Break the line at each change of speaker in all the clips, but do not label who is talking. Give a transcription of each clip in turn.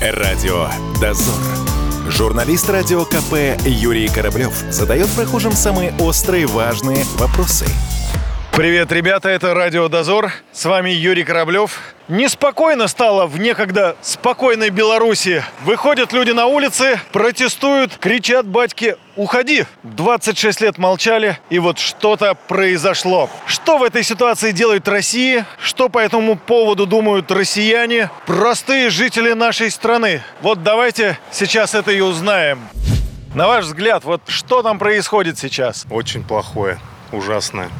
Радио «Дозор». Журналист радио КП Юрий Кораблев задает прохожим самые острые важные вопросы.
Привет, ребята, это Радио Дозор. С вами Юрий Кораблев. Неспокойно стало в некогда спокойной Беларуси. Выходят люди на улицы, протестуют, кричат батьки «Уходи!». 26 лет молчали, и вот что-то произошло. Что в этой ситуации делает Россия? Что по этому поводу думают россияне? Простые жители нашей страны. Вот давайте сейчас это и узнаем. На ваш взгляд, вот что там происходит сейчас?
Очень плохое, ужасное.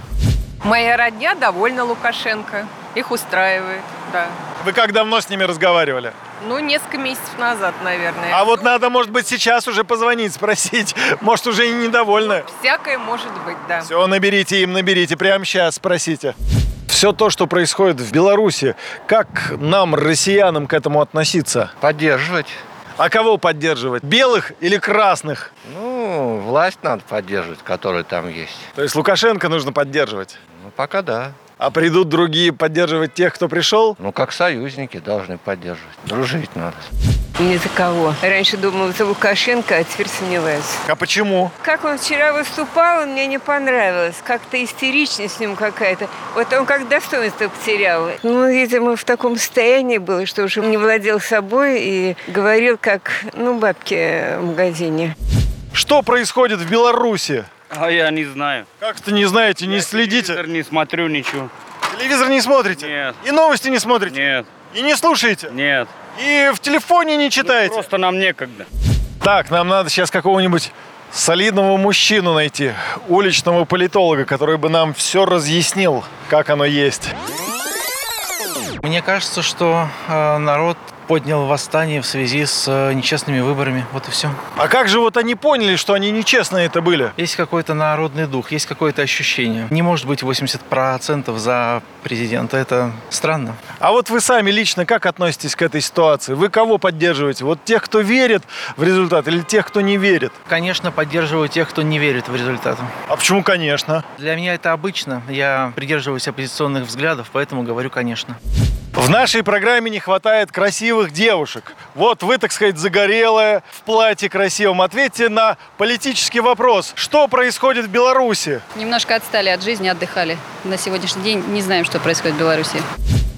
Моя родня довольна Лукашенко. Их устраивает, да.
Вы как давно с ними разговаривали?
Ну, несколько месяцев назад, наверное.
А вот надо, может быть, сейчас уже позвонить, спросить. Может, уже и недовольны.
Всякое может быть, да.
Все, наберите им, наберите. Прямо сейчас спросите. Все то, что происходит в Беларуси, как нам, россиянам, к этому относиться?
Поддерживать.
А кого поддерживать? Белых или красных?
Ну, власть надо поддерживать, которая там есть.
То есть Лукашенко нужно поддерживать?
Ну, пока да.
А придут другие поддерживать тех, кто пришел?
Ну, как союзники должны поддерживать. Дружить надо.
Ни за кого. Раньше думала, за Лукашенко, а теперь сомневаюсь.
А почему?
Как он вчера выступал, мне не понравилось. Как-то истерично с ним какая-то. Вот он как достоинство потерял. Ну, видимо, в таком состоянии было, что уже не владел собой и говорил, как, ну, бабки в магазине.
Что происходит в Беларуси?
А я не знаю.
Как то не знаете, не
я
следите?
телевизор не смотрю ничего.
Телевизор не смотрите?
Нет.
И новости не смотрите?
Нет,
И не слушаете?
нет.
И в телефоне не читаете?
Ну, Просто нам некогда.
Так, нам надо сейчас какого-нибудь солидного мужчину найти, уличного политолога, который бы нам все разъяснил, как оно есть.
Мне кажется, что э, народ поднял восстание в связи с э, нечестными выборами. Вот и все.
А как же вот они поняли, что они нечестные это были?
Есть какой-то народный дух, есть какое-то ощущение. Не может быть 80% за президента. Это странно.
А вот вы сами лично как относитесь к этой ситуации? Вы кого поддерживаете? Вот тех, кто верит в результат или тех, кто не верит?
Конечно, поддерживаю тех, кто не верит в результаты.
А почему, конечно?
Для меня это обычно. Я придерживаюсь оппозиционных взглядов, поэтому говорю «конечно».
В нашей программе не хватает красивых девушек. Вот вы, так сказать, загорелая, в платье красивом. Ответьте на политический вопрос. Что происходит в Беларуси?
Немножко отстали от жизни, отдыхали. На сегодняшний день не знаем, что происходит в Беларуси.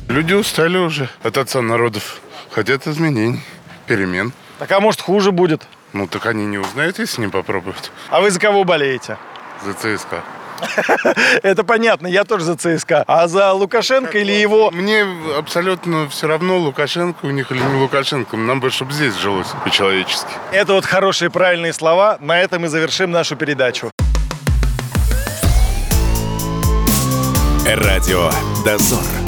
Люди устали уже от отца народов. Хотят изменений, перемен.
Так а может хуже будет?
Ну так они не узнают, если не попробуют.
А вы за кого болеете?
За ЦСКА.
Это понятно, я тоже за ЦСКА. А за Лукашенко или его...
Мне абсолютно все равно, Лукашенко у них или не Лукашенко. Нам бы, чтобы здесь жилось по-человечески.
Это вот хорошие правильные слова. На этом и завершим нашу передачу.
Радио «Дозор».